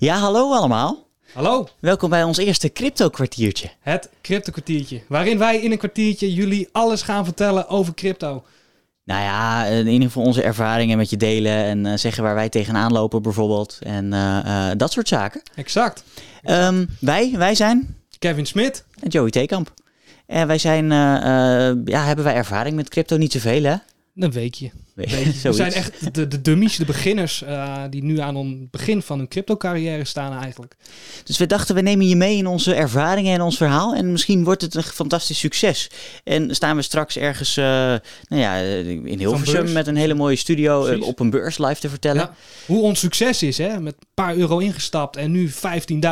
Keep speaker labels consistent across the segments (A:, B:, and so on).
A: Ja, hallo allemaal.
B: Hallo,
A: Welkom bij ons eerste crypto kwartiertje.
B: het crypto kwartiertje, waarin wij in een kwartiertje jullie alles gaan vertellen over crypto.
A: Nou ja, in ieder geval onze ervaringen met je delen en eh, zeggen waar wij tegenaan lopen bijvoorbeeld. En eh, eh, dat soort zaken.
B: Exact.
A: Ehm, wij, wij zijn
B: Kevin Smit,
A: Joey Theekamp. En wij zijn, eh, eh, ja, hebben wij ervaring met crypto? Niet zoveel hè?
B: een weekje.
A: Nee,
B: We
A: zoiets.
B: zijn echt de, de dummies, de beginners, eh, die nu aan het begin van hun crypto carrière staan eigenlijk.
A: Dus we dachten, we nemen je mee in onze ervaringen en ons verhaal. En misschien wordt het een fantastisch succes. En staan we straks ergens eh, nou ja, in Hilversum
B: beurs.
A: met een hele mooie studio eh,
B: Precies.
A: op een beurs live te vertellen.
B: Ja. Hoe ons succes is, hè? met een paar euro ingestapt en nu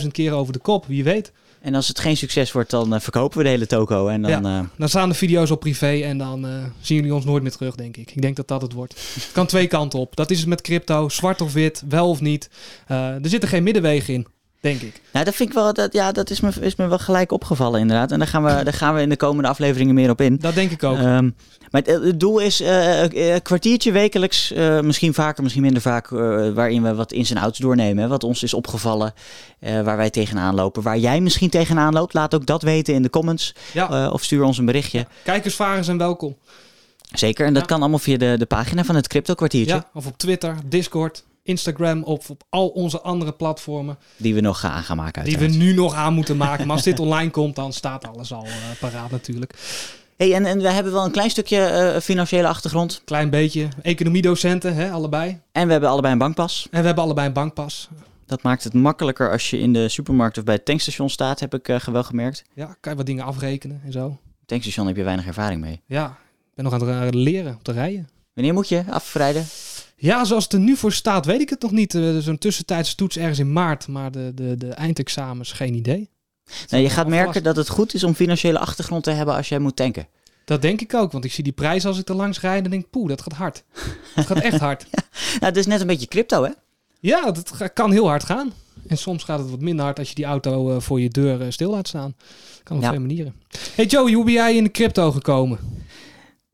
B: 15.000 keer over de kop, wie weet.
A: En als het geen succes wordt, dan eh, verkopen we de hele toko. En dan, eh,
B: Dan staan de video's op privé en dan eh, zien jullie ons nooit meer terug, denk ik. Ik denk dat dat het wordt. Het kan twee kanten op. Dat is het met crypto, zwart of wit, wel of niet. Eh, er zitten geen middenwegen in, denk ik.
A: nou, dat vind ik wel, dat, ja, dat is me, is me wel gelijk opgevallen inderdaad. En daar gaan we, daar gaan we in de komende afleveringen meer op in.
B: Dat denk ik ook.
A: Ehm, maar het, het doel is eh, eh, een kwartiertje wekelijks, eh, misschien vaker, misschien minder vaak, eh, waarin we wat ins en outs doornemen. hè, Wat ons is opgevallen, eh, waar wij tegenaan lopen. Waar jij misschien tegenaan loopt, laat ook dat weten in de comments.
B: ja,
A: eh, of stuur ons een berichtje.
B: kijkersvragen zijn welkom.
A: Zeker, en dat
B: Ja.
A: kan allemaal via de, de pagina van het Crypto Kwartiertje,
B: Ja, of op Twitter, Discord, Instagram of op al onze andere platformen.
A: die we nog gaan gaan maken
B: Die
A: uiteraard.
B: we nu nog aan moeten maken. Maar als dit online komt, dan staat alles al eh, paraat natuurlijk.
A: Hey, en, en we hebben wel een klein stukje eh, financiële achtergrond.
B: Klein beetje economiedocenten, hè, allebei.
A: En we hebben allebei een bankpas.
B: En we hebben allebei een bankpas.
A: Dat maakt het makkelijker als je in de supermarkt of bij het tankstation staat, heb ik eh, wel gemerkt.
B: Ja, kan je wat dingen afrekenen en zo.
A: Tankstation heb je weinig ervaring mee.
B: Ja, ik ben nog aan het ra- leren op te rijden.
A: Wanneer moet je afrijden?
B: Ja, zoals het er nu voor staat, weet ik het nog niet. Eh, Er is een tussentijdse toets ergens in maart, maar de, de, de eindexamens, geen idee.
A: Nou, je gaat
B: alvast.
A: merken dat het goed is om financiële achtergrond te hebben als jij moet tanken.
B: Dat denk ik ook, want ik zie die prijs als ik er langs rijd en denk, poeh, dat gaat hard. Dat gaat echt hard.
A: Nou, het is net een beetje crypto, hè?
B: Ja, dat ga- kan heel hard gaan. En soms gaat het wat minder hard als je die auto eh, voor je deur eh, stil laat staan. Kan op
A: Ja.
B: twee manieren. Hey Joey, hoe ben jij in de crypto gekomen?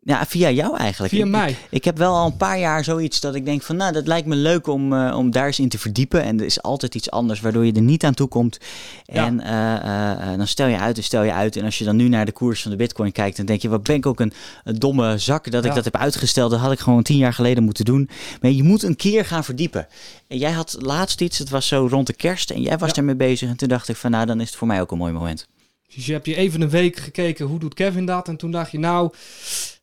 A: Ja, via jou eigenlijk.
B: Via
A: Ik-
B: mij.
A: Ik heb wel al een paar jaar zoiets dat ik denk van, nou, dat lijkt me leuk om, eh, om daar eens in te verdiepen. En er is altijd iets anders waardoor je er niet aan toe komt.
B: Ja.
A: En eh, eh, eh, dan stel je uit en stel je uit. En als je dan nu naar de koers van de bitcoin kijkt, dan denk je, wat ben ik ook een, een domme zak dat ik
B: Ja.
A: dat heb uitgesteld. Dat had ik gewoon tien jaar geleden moeten doen. Maar je moet een keer gaan verdiepen. En jij had laatst iets, het was zo rond de kerst en jij was
B: Ja.
A: daarmee bezig. En toen dacht ik van, nou, dan is het voor mij ook een mooi moment.
B: Dus je hebt je even een week gekeken hoe doet Kevin dat. En toen dacht je, nou,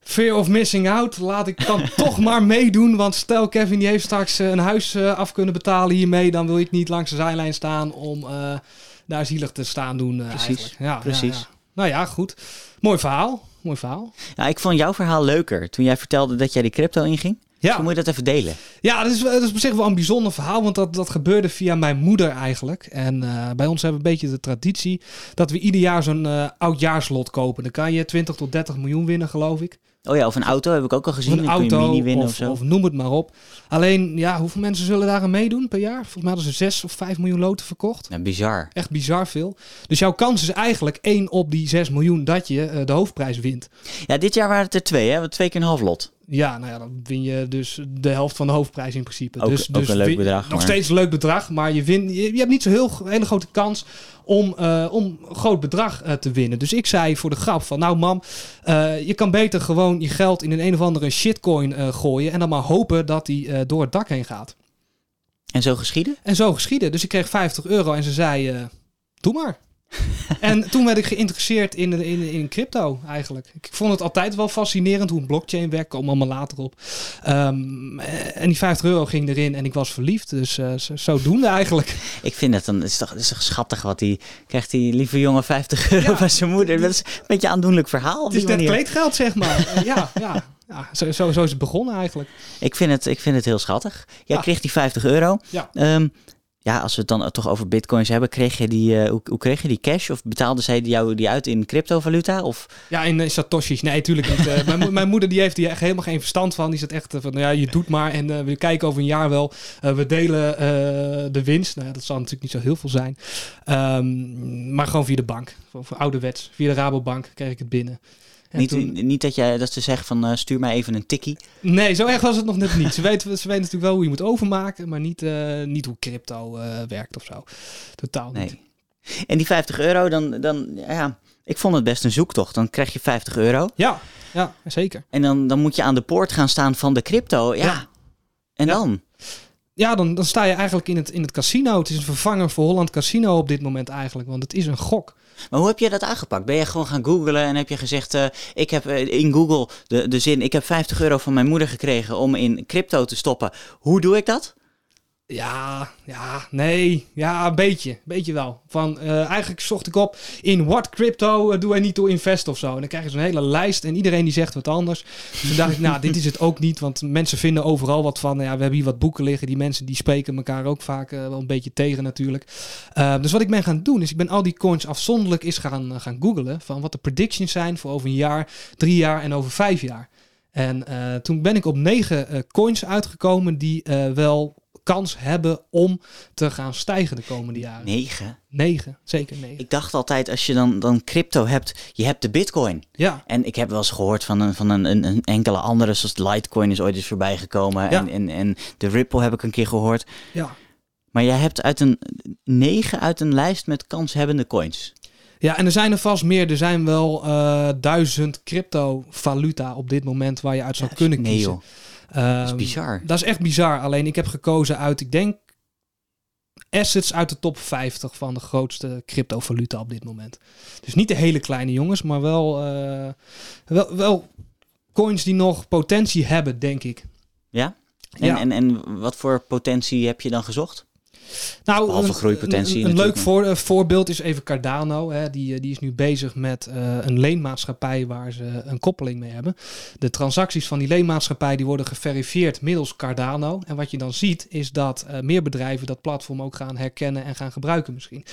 B: fear of missing out. Laat ik dan toch maar meedoen. Want stel Kevin die heeft straks eh, een huis eh, af kunnen betalen hiermee. Dan wil ik niet langs de zijlijn staan om eh, daar zielig te staan doen. eh,
A: Precies,
B: eigenlijk. Ja, ja,
A: precies.
B: ja. Nou ja, goed. Mooi verhaal. Mooi verhaal.
A: Nou, ik vond jouw verhaal leuker toen jij vertelde dat jij die crypto inging.
B: Ja.
A: Toen moet je dat even delen.
B: Ja, dat is, wel- dat is op zich wel een bijzonder verhaal, want dat, dat gebeurde via mijn moeder eigenlijk. En eh, bij ons hebben we een beetje de traditie dat we ieder jaar zo'n eh, oudjaarslot kopen. Dan kan je 20 tot 30 miljoen winnen, geloof ik.
A: Oh ja, of een auto heb ik ook al
B: Of
A: gezien.
B: een
A: Dan kun je
B: auto,
A: mini winnen of,
B: of,
A: zo.
B: of noem het maar op. Alleen, ja, hoeveel mensen zullen daar aan meedoen per jaar? Volgens mij hadden ze 6 of 5 miljoen loten verkocht.
A: Nou, bizar.
B: Echt bizar veel. Dus jouw kans is eigenlijk 1 op die 6 miljoen dat je eh, de hoofdprijs wint.
A: Ja, dit jaar waren het er twee, hè? Want Twee keer een half lot.
B: Ja, nou ja, dan win je dus de helft van de hoofdprijs in principe.
A: Ook-
B: dus,
A: ook
B: dus
A: een leuk
B: win-
A: bedrag,
B: Nog
A: maar-
B: steeds een leuk bedrag, maar je, win, je, je hebt niet zo'n heel, gro- hele grote kans om, eh, om een groot bedrag eh, te winnen. Dus ik zei voor de grap van, nou mam, eh, je kan beter gewoon je geld in een een of andere shitcoin eh, gooien en dan maar hopen dat die eh, door het dak heen gaat.
A: En zo geschieden?
B: En zo geschiedde. Dus ik kreeg 50 euro en ze zei, eh, doe maar. en toen werd ik geïnteresseerd in, in, in crypto eigenlijk. Ik vond het altijd wel fascinerend hoe een blockchain werkt. Kom allemaal later op. Ehm, eh, en die 50 euro ging erin en ik was verliefd. Dus eh, zo- zodoende eigenlijk.
A: Ik vind dat dan, het is toch, het is toch schattig wat die, krijgt die lieve jongen 50 euro
B: Ja.
A: van zijn moeder. Dat is een beetje een aandoenlijk verhaal op
B: Het is
A: die
B: net
A: manier.
B: kleedgeld zeg maar. Eh, ja, ja. ja zo, zo, zo is het begonnen eigenlijk.
A: Ik vind, het, ik vind het heel schattig. Jij
B: Ja.
A: kreeg die 50 euro.
B: Ja.
A: Ehm, ja, als we het dan toch over bitcoins hebben, kreeg je die, eh, hoe, hoe kreeg je die cash? Of betaalde zij jou die uit in cryptovaluta? Of
B: Ja, in eh, Satoshis. Nee, tuurlijk niet. Eh, mijn, mo- mijn moeder die heeft hier echt helemaal geen verstand van. Die zegt echt eh, van, nou ja, je doet maar en eh, we kijken over een jaar wel. Eh, we delen eh, de winst. Nou ja, dat zal natuurlijk niet zo heel veel zijn. Ehm, maar gewoon via de bank. Voor, voor ouderwets. Via de Rabobank kreeg ik het binnen.
A: niet,
B: toen-
A: niet dat, jij, dat ze zeggen van eh, stuur mij even een tikkie.
B: Nee, zo erg was het nog net niet. Ze weten, ze weten natuurlijk wel hoe je moet overmaken, maar niet, eh, niet hoe crypto eh, werkt of zo. Totaal niet.
A: Nee. En die 50 euro, dan, dan ja, ik vond het best een zoektocht. Dan krijg je 50 euro
B: Ja, ja, zeker.
A: en dan, dan moet je aan de poort gaan staan van de crypto. Ja,
B: Ja.
A: en
B: Ja.
A: dan?
B: Ja, dan, dan sta je eigenlijk in het, in het casino. Het is een vervanger voor Holland Casino op dit moment eigenlijk, want het is een gok.
A: Maar hoe heb je dat aangepakt? Ben je gewoon gaan googlen en heb je gezegd, eh, ik heb eh, in Google de, de zin, ik heb 50 euro van mijn moeder gekregen om in crypto te stoppen. Hoe doe ik dat?
B: Ja, ja, nee. Ja, een beetje. Beetje wel. Van, eh, eigenlijk zocht ik op in what crypto eh, do I need to invest of zo. En dan krijg je zo'n hele lijst en iedereen die zegt wat anders. Dus toen dacht ik, nou, dit is het ook niet. Want mensen vinden overal wat van. Nou Ja, we hebben hier wat boeken liggen. Die mensen die spreken elkaar ook vaak eh, wel een beetje tegen natuurlijk. Eh, dus wat ik ben gaan doen, is ik ben al die coins afzonderlijk eens gaan, eh, gaan googlen. Van wat de predictions zijn voor over een jaar, drie jaar en over vijf jaar. En eh, toen ben ik op negen eh, coins uitgekomen die eh, wel kans hebben om te gaan stijgen de komende jaren.
A: 9.
B: Negen, zeker negen.
A: Ik dacht altijd, als je dan, dan crypto hebt, je hebt de bitcoin.
B: ja.
A: En ik heb wel eens gehoord van een, van een, een, een enkele andere, zoals Litecoin is ooit eens voorbij gekomen. En, en, en de Ripple heb ik een keer gehoord.
B: ja.
A: Maar jij hebt uit een 9 uit een lijst met kanshebbende coins.
B: Ja, en er zijn er vast meer. Er zijn wel eh, duizend cryptovaluta op dit moment waar je uit zou kunnen
A: nee,
B: kiezen.
A: joh. Dat
B: Ehm,
A: is bizar.
B: Dat is echt bizar. Alleen ik heb gekozen uit, ik denk, assets uit de top 50 van de grootste cryptovaluta op dit moment. Dus niet de hele kleine jongens, maar wel, eh, wel, wel coins die nog potentie hebben, denk ik.
A: Ja? En,
B: Ja.
A: En, en wat voor potentie heb je dan gezocht?
B: Nou,
A: Behalve
B: een-
A: groeipotentie
B: Een, een
A: natuurlijk,
B: leuk
A: maar-
B: voor, eh, voorbeeld is even Cardano. Hè, die, eh, die is nu bezig met eh, een leenmaatschappij waar ze een koppeling mee hebben. De transacties van die leenmaatschappij die worden geverifieerd middels Cardano. En wat je dan ziet is dat eh, meer bedrijven dat platform ook gaan herkennen en gaan gebruiken misschien.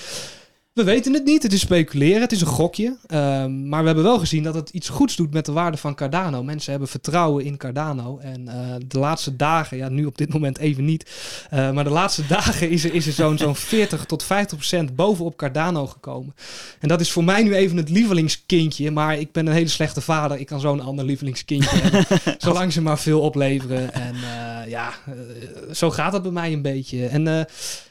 B: We weten het niet, het is speculeren, het is een gokje. Ehm, maar we hebben wel gezien dat het iets goeds doet met de waarde van Cardano. Mensen hebben vertrouwen in Cardano. En eh, de laatste dagen, ja nu op dit moment even niet, eh, maar de laatste dagen is er, is er zo'n zo'n 40 tot 50 procent bovenop Cardano gekomen. En dat is voor mij nu even het lievelingskindje. Maar ik ben een hele slechte vader. Ik kan zo'n ander lievelingskindje hebben. Zolang ze maar veel opleveren. En eh, ja, eh, zo gaat dat bij mij een beetje. En eh,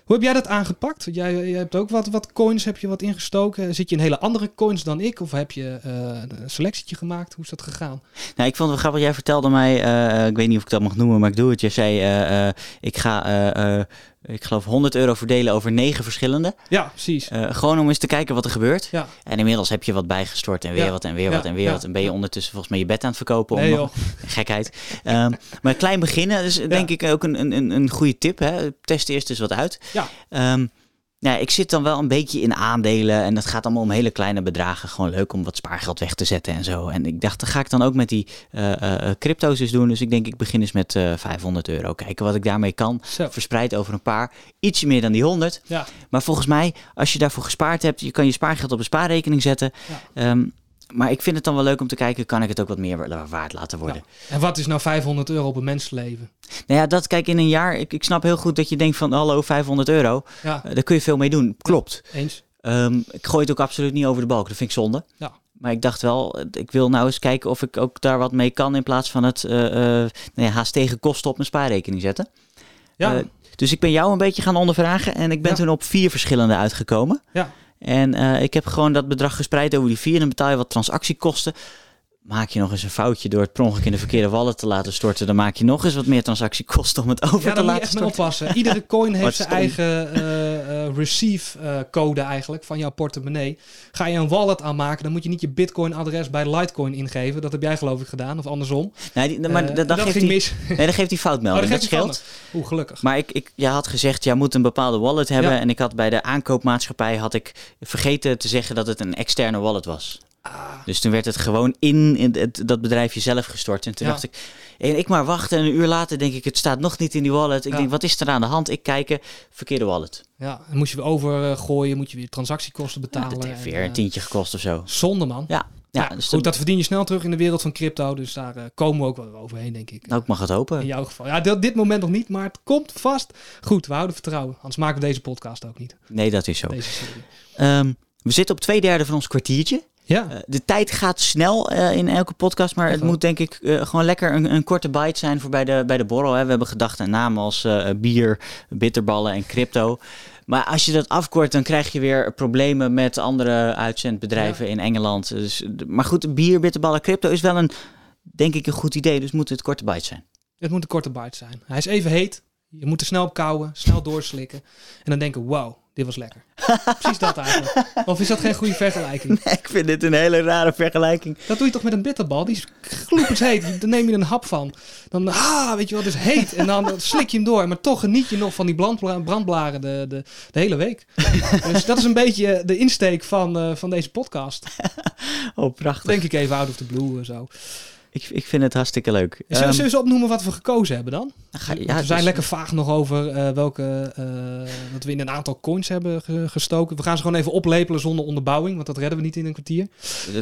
B: hoe heb jij dat aangepakt? Want Jij, jij hebt ook wat, wat coins heb je wat ingestoken. Zit je in hele andere coins dan ik? Of heb je eh, een selectietje gemaakt? Hoe is dat gegaan?
A: Nou, ik vond het wel grappig. Jij vertelde mij, eh, ik weet niet of ik dat mag noemen, maar ik doe het. Jij zei, eh, eh, ik ga, eh, eh, ik geloof, 100 euro verdelen over negen verschillende.
B: Ja, precies.
A: Eh, gewoon om eens te kijken wat er gebeurt.
B: Ja.
A: En inmiddels heb je wat bijgestort en weer
B: Ja.
A: wat en weer
B: Ja.
A: wat en weer
B: Ja.
A: wat. En ben je ondertussen volgens mij je bed aan het verkopen. Om
B: Nee,
A: nog-
B: joh.
A: Gekheid. Ehm, maar klein beginnen is denk ik ook een, een- een, een goede tip. Hè? Test eerst eens wat uit.
B: Ja.
A: Ehm, nou ja, ik zit dan wel een beetje in aandelen en dat gaat allemaal om hele kleine bedragen. Gewoon leuk om wat spaargeld weg te zetten en zo. En ik dacht, dat ga ik dan ook met die eh, eh, crypto's eens doen. Dus ik denk, ik begin eens met eh 500 euro. Kijken wat ik daarmee kan.
B: Zo.
A: Verspreid over een paar. Ietsje meer dan die 100.
B: Ja.
A: Maar volgens mij, als je daarvoor gespaard hebt, je kan je spaargeld op een spaarrekening zetten. Ehm, maar ik vind het dan wel leuk om te kijken, kan ik het ook wat meer wa- waard laten worden.
B: En wat is nou 500 euro op een mensenleven?
A: Nou ja, dat kijk in een jaar. Ik, ik snap heel goed dat je denkt van hallo, 500 euro.
B: Ja,
A: Eh, daar kun je veel mee doen. Klopt.
B: eens.
A: Ehm, ik gooi het ook absoluut niet over de balk. Dat vind ik zonde.
B: Ja.
A: Maar ik dacht wel, eh, ik wil nou eens kijken of ik ook daar wat mee kan. In plaats van het eh, eh, nou ja, haast tegen kosten op mijn spaarrekening zetten.
B: Ja,
A: Eh, dus ik ben jou een beetje gaan ondervragen. En ik ben
B: Ja.
A: toen op vier verschillende uitgekomen.
B: Ja.
A: En eh, ik heb gewoon dat bedrag gespreid over die vier. Dan betaal je wat transactiekosten. Maak je nog eens een foutje door het per ongeluk in de verkeerde wallet te laten storten. Dan maak je nog eens wat meer transactiekosten om het over
B: ja
A: te
B: daar moet je
A: laten
B: echt mee
A: storten.
B: oppassen. Iedere coin
A: Wat
B: heeft zijn
A: stom.
B: eigen eh, eh, receive eh, code eigenlijk van jouw portemonnee. Ga je een wallet aanmaken, dan moet je niet je bitcoin adres bij Litecoin ingeven. Dat heb jij geloof ik gedaan, of andersom.
A: Nee, die, maar dat,
B: Eh,
A: dat
B: dat
A: geeft
B: ging
A: die,
B: mis.
A: nee, dat geeft die foutmelding.
B: Oh, dat
A: dat,
B: geeft die
A: scheelt.
B: Oeh, gelukkig.
A: Maar ik, ik, jij had gezegd, jij moet een bepaalde wallet hebben.
B: Ja.
A: En ik had bij de aankoopmaatschappij had ik vergeten te zeggen dat het een externe wallet was.
B: Ah,
A: Dus toen werd het gewoon in, in het, dat bedrijfje zelf gestort. En toen
B: Ja.
A: dacht ik, en ik maar wachten. En een uur later denk ik, het staat nog niet in die wallet. Ik
B: Ja.
A: denk, wat is er aan de hand? Ik kijken, verkeerde wallet.
B: ja, dan moet je weer overgooien, moet je weer transactiekosten
A: Nou,
B: betalen.
A: dat heeft
B: en,
A: weer een
B: eh,
A: tientje gekost of zo.
B: Zonde man.
A: Ja, ja,
B: Ja,
A: dus
B: goed,
A: dat,
B: dat verdien je snel terug in de wereld van crypto. Dus daar eh, komen we ook wel overheen, denk ik.
A: nou, ik mag het hopen.
B: In jouw geval. Ja, dit dit moment nog niet, maar het komt vast. Goed, we houden vertrouwen. Anders maken we deze podcast ook niet.
A: Nee, dat is zo.
B: Deze serie.
A: Ehm, we zitten op twee derde van ons kwartiertje.
B: Ja.
A: Eh, de tijd gaat snel eh, in elke podcast, maar het
B: wel.
A: moet denk ik eh, gewoon lekker een, een korte bite zijn voor bij de, bij de borrel. Hè. We hebben gedachten en namen als eh, bier, bitterballen en crypto. Maar als je dat afkort, dan krijg je weer problemen met andere uitzendbedrijven in Engeland. Dus, eh, maar goed, bier, bitterballen, crypto is wel een, denk ik, een goed idee. Dus moet het korte bite zijn.
B: Het moet een korte bite zijn. Hij is even heet. Je moet er snel op kouwen, snel doorslikken. En dan denken, wauw, dit was lekker. Precies dat eigenlijk. Of is dat geen goede vergelijking?
A: ik vind dit een hele rare vergelijking.
B: Dat doe je toch met een bitterbal? Die is gloepens heet. Daar neem je een hap van. Dan, ah, weet je wel, dus heet. En dan slik je hem door. Maar toch geniet je nog van die brandbla- brandblaren de, de, de hele week. Dus dat is een beetje de insteek van, eh, van deze podcast.
A: Oh, prachtig.
B: Denk ik even out of the blue en zo.
A: Ik, ik vind het hartstikke leuk.
B: Zullen
A: Ehm,
B: zullen we eens opnoemen wat we gekozen hebben dan?
A: ga- ja, dus-
B: we
A: het
B: zijn
A: is-
B: lekker vaag nog over eh, welke. eh dat we in een aantal coins hebben ge- gestoken. We gaan ze gewoon even oplepelen zonder onderbouwing, want dat redden we niet in een kwartier.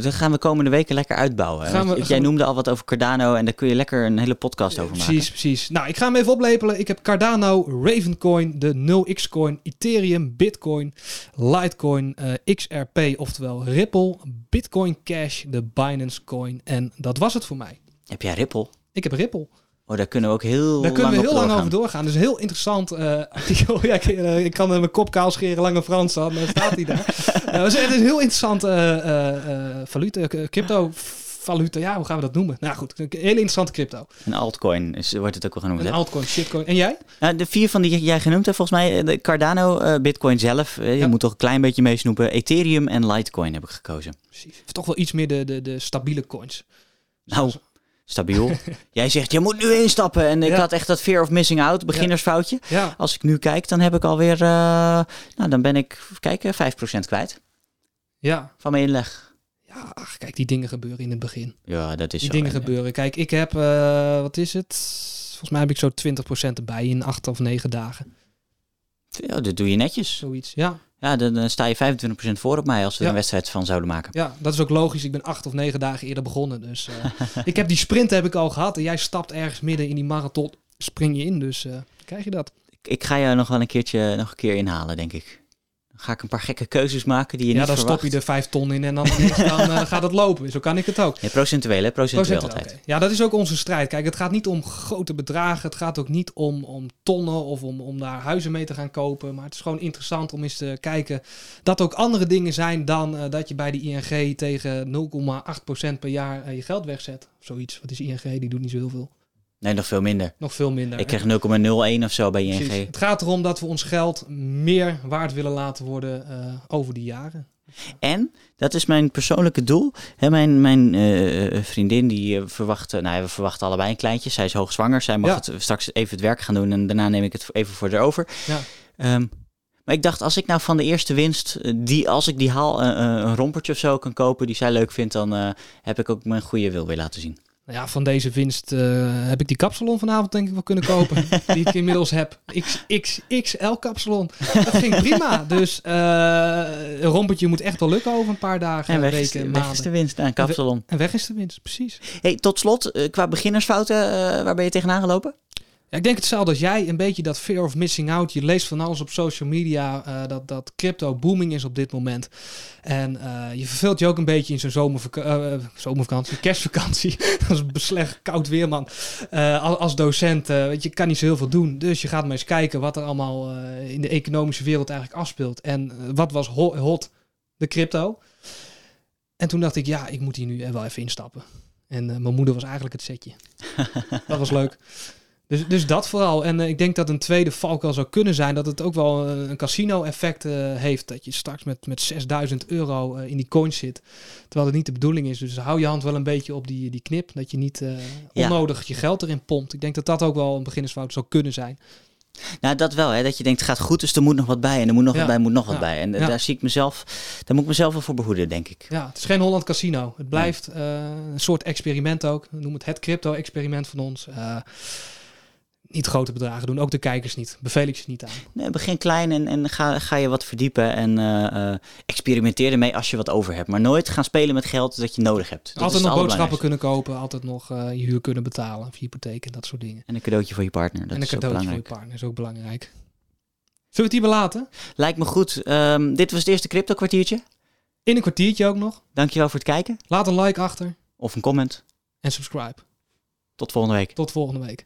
A: Dat gaan we komende weken lekker uitbouwen.
B: Gaan we-
A: Want Jij
B: gaan we-
A: noemde al wat over Cardano en daar kun je lekker een hele podcast over maken.
B: Precies, precies. Nou, ik ga hem even oplepelen. Ik heb Cardano, Ravencoin, de 0x-coin, Ethereum, Bitcoin, Litecoin, eh, XRP, oftewel Ripple, Bitcoin Cash, de Binance Coin. En dat was het voor mij.
A: Heb jij Ripple?
B: Ik heb Ripple.
A: Oh, daar kunnen we ook heel
B: Daar
A: lang
B: kunnen we heel
A: op
B: lang
A: doorgaan.
B: over doorgaan. Dus een heel interessant eh, artikel. ja, ik, eh, ik kan eh, mijn kop kaal scheren, lange Frans, dan eh, staat hij daar. Eh, maar het is echt een heel interessant eh, eh, eh, valuta, eh, crypto. Valuta, ja, hoe gaan we dat noemen? Nou goed, een hele interessante crypto.
A: Een altcoin is, wordt het ook wel genoemd.
B: Een
A: hè?
B: altcoin, shitcoin. En jij?
A: Nou, de vier van die jij genoemd hebt, volgens mij eh, de Cardano, eh, Bitcoin zelf. eh, Je
B: Ja.
A: moet toch een klein beetje meesnoepen. Ethereum en Litecoin heb ik gekozen.
B: Precies. Of toch wel iets meer de, de, de stabiele coins.
A: Nou, stabiel. jij zegt, je moet nu instappen. En ik
B: Ja.
A: had echt dat fear of missing out, beginnersfoutje.
B: Ja,
A: Als ik nu kijk, dan heb ik alweer... eh, nou, dan ben ik, kijk, eh, 5% kwijt
B: ja.
A: van mijn inleg.
B: Ja, ach, kijk, die dingen gebeuren in het begin.
A: Ja, dat is
B: Die
A: zo.
B: dingen
A: En, eh,
B: gebeuren. Kijk, ik heb, eh, wat is het? Volgens mij heb ik zo 20% erbij in acht of negen dagen.
A: Ja, dat doe je netjes.
B: Zoiets, ja.
A: Ja, dan, dan sta je 25% voor op mij als we er
B: Ja.
A: een wedstrijd van zouden maken.
B: Ja, dat is ook logisch. Ik ben acht of negen dagen eerder begonnen. Dus eh, ik heb die sprint heb ik al gehad. En jij stapt ergens midden in die marathon, spring je in. Dus eh, krijg je dat.
A: Ik, ik ga jou nog wel een keertje nog een keer inhalen, denk ik. Dan ga ik een paar gekke keuzes maken die je
B: ja,
A: niet
B: dan
A: verwacht.
B: stop je er vijf ton in en dan, ineens dan eh, gaat het lopen. Zo kan ik het ook.
A: Nee, procentueel, hè? Procentueel
B: Procenten,
A: altijd.
B: oké. Ja, dat is ook onze strijd. Kijk, het gaat niet om grote bedragen. Het gaat ook niet om, om tonnen of om, om daar huizen mee te gaan kopen. Maar het is gewoon interessant om eens te kijken dat er ook andere dingen zijn dan eh, dat je bij de ING tegen 0,8% per jaar eh, je geld wegzet. Of zoiets. Wat is ING? Die doet niet zo heel veel.
A: Nee, nog veel minder.
B: Nog veel minder.
A: Ik kreeg 0,01 of zo bij ING.
B: Precies. Het gaat erom dat we ons geld meer waard willen laten worden eh, over die jaren.
A: En dat is mijn persoonlijke doel. Hè, mijn mijn eh, vriendin die eh, verwacht, eh, nou ja, we verwachten allebei een kleintje. Zij is hoogzwanger. Zij mag
B: Ja.
A: het, straks even het werk gaan doen en daarna neem ik het even voor haar over.
B: Ja.
A: Ehm, maar ik dacht, als ik nou van de eerste winst, eh, die, als ik die haal, eh, eh, een rompertje of zo kan kopen die zij leuk vindt, dan eh, heb ik ook mijn goede wil weer laten zien.
B: Nou ja, van deze winst eh, heb ik die kapsalon vanavond denk ik wel kunnen kopen. die ik inmiddels heb. XXXL kapsalon. Dat ging prima. Dus eh, een rompertje moet echt wel lukken over een paar dagen,
A: En weg is,
B: weken,
A: de, weg
B: maanden.
A: is de winst aan Kapsalon.
B: En weg is de winst, precies.
A: Hey, tot slot, eh, qua beginnersfouten, eh, waar ben je tegenaan gelopen?
B: Ja, ik denk hetzelfde als jij. Een beetje dat fear of missing out. Je leest van alles op social media. eh, dat, dat crypto booming is op dit moment. En eh, je verveelt je ook een beetje in zo'n zomervak eh, zomervakantie. Kerstvakantie. dat is beslecht koud weer, man. Eh, als, als docent eh, weet je kan niet zo heel veel doen. Dus je gaat maar eens kijken wat er allemaal eh, in de economische wereld eigenlijk afspeelt. En eh, wat was ho- hot? De crypto. En toen dacht ik, ja, ik moet hier nu eh, wel even instappen. En eh, mijn moeder was eigenlijk het setje. dat was leuk. Dus, dus dat vooral. En eh, ik denk dat een tweede valkuil zou kunnen zijn dat het ook wel eh, een casino-effect eh, heeft. Dat je straks met, met 6000 euro eh, in die coins zit. Terwijl het niet de bedoeling is. Dus hou je hand wel een beetje op die, die knip. Dat je niet eh,
A: Ja.
B: onnodig je geld erin pompt. Ik denk dat dat ook wel een beginnersfout zou kunnen zijn.
A: Nou, dat wel, hè? dat je denkt, het gaat goed, dus er moet nog wat bij. En er moet nog
B: Ja.
A: wat bij, moet nog wat
B: Ja.
A: bij. En eh,
B: Ja.
A: daar zie ik mezelf, daar moet ik mezelf wel voor behoeden, denk ik.
B: Ja, het is geen Holland Casino. Het blijft eh, een soort experiment ook. Noem het het crypto-experiment van ons. Eh, niet grote bedragen doen. Ook de kijkers niet. Beveel ik ze niet aan.
A: Nee, begin klein en, en ga, ga je wat verdiepen. En eh, eh, experimenteer ermee als je wat over hebt. Maar nooit gaan spelen met geld dat je nodig hebt. Dat is
B: altijd
A: het
B: nog boodschappen
A: allerbelangrijkste.
B: kunnen kopen. Altijd nog eh, je huur kunnen betalen. Of je hypotheek en dat soort dingen.
A: En een cadeautje voor je partner. Dat
B: en een
A: is ook
B: cadeautje voor je
A: belangrijk.
B: partner is ook belangrijk. Zullen we het hier belaten?
A: Lijkt me goed. Ehm, dit was het eerste crypto kwartiertje.
B: In een kwartiertje ook nog.
A: Dankjewel voor het kijken
B: Laat een like achter
A: of een comment.
B: en subscribe.
A: Tot volgende week.
B: Tot volgende week.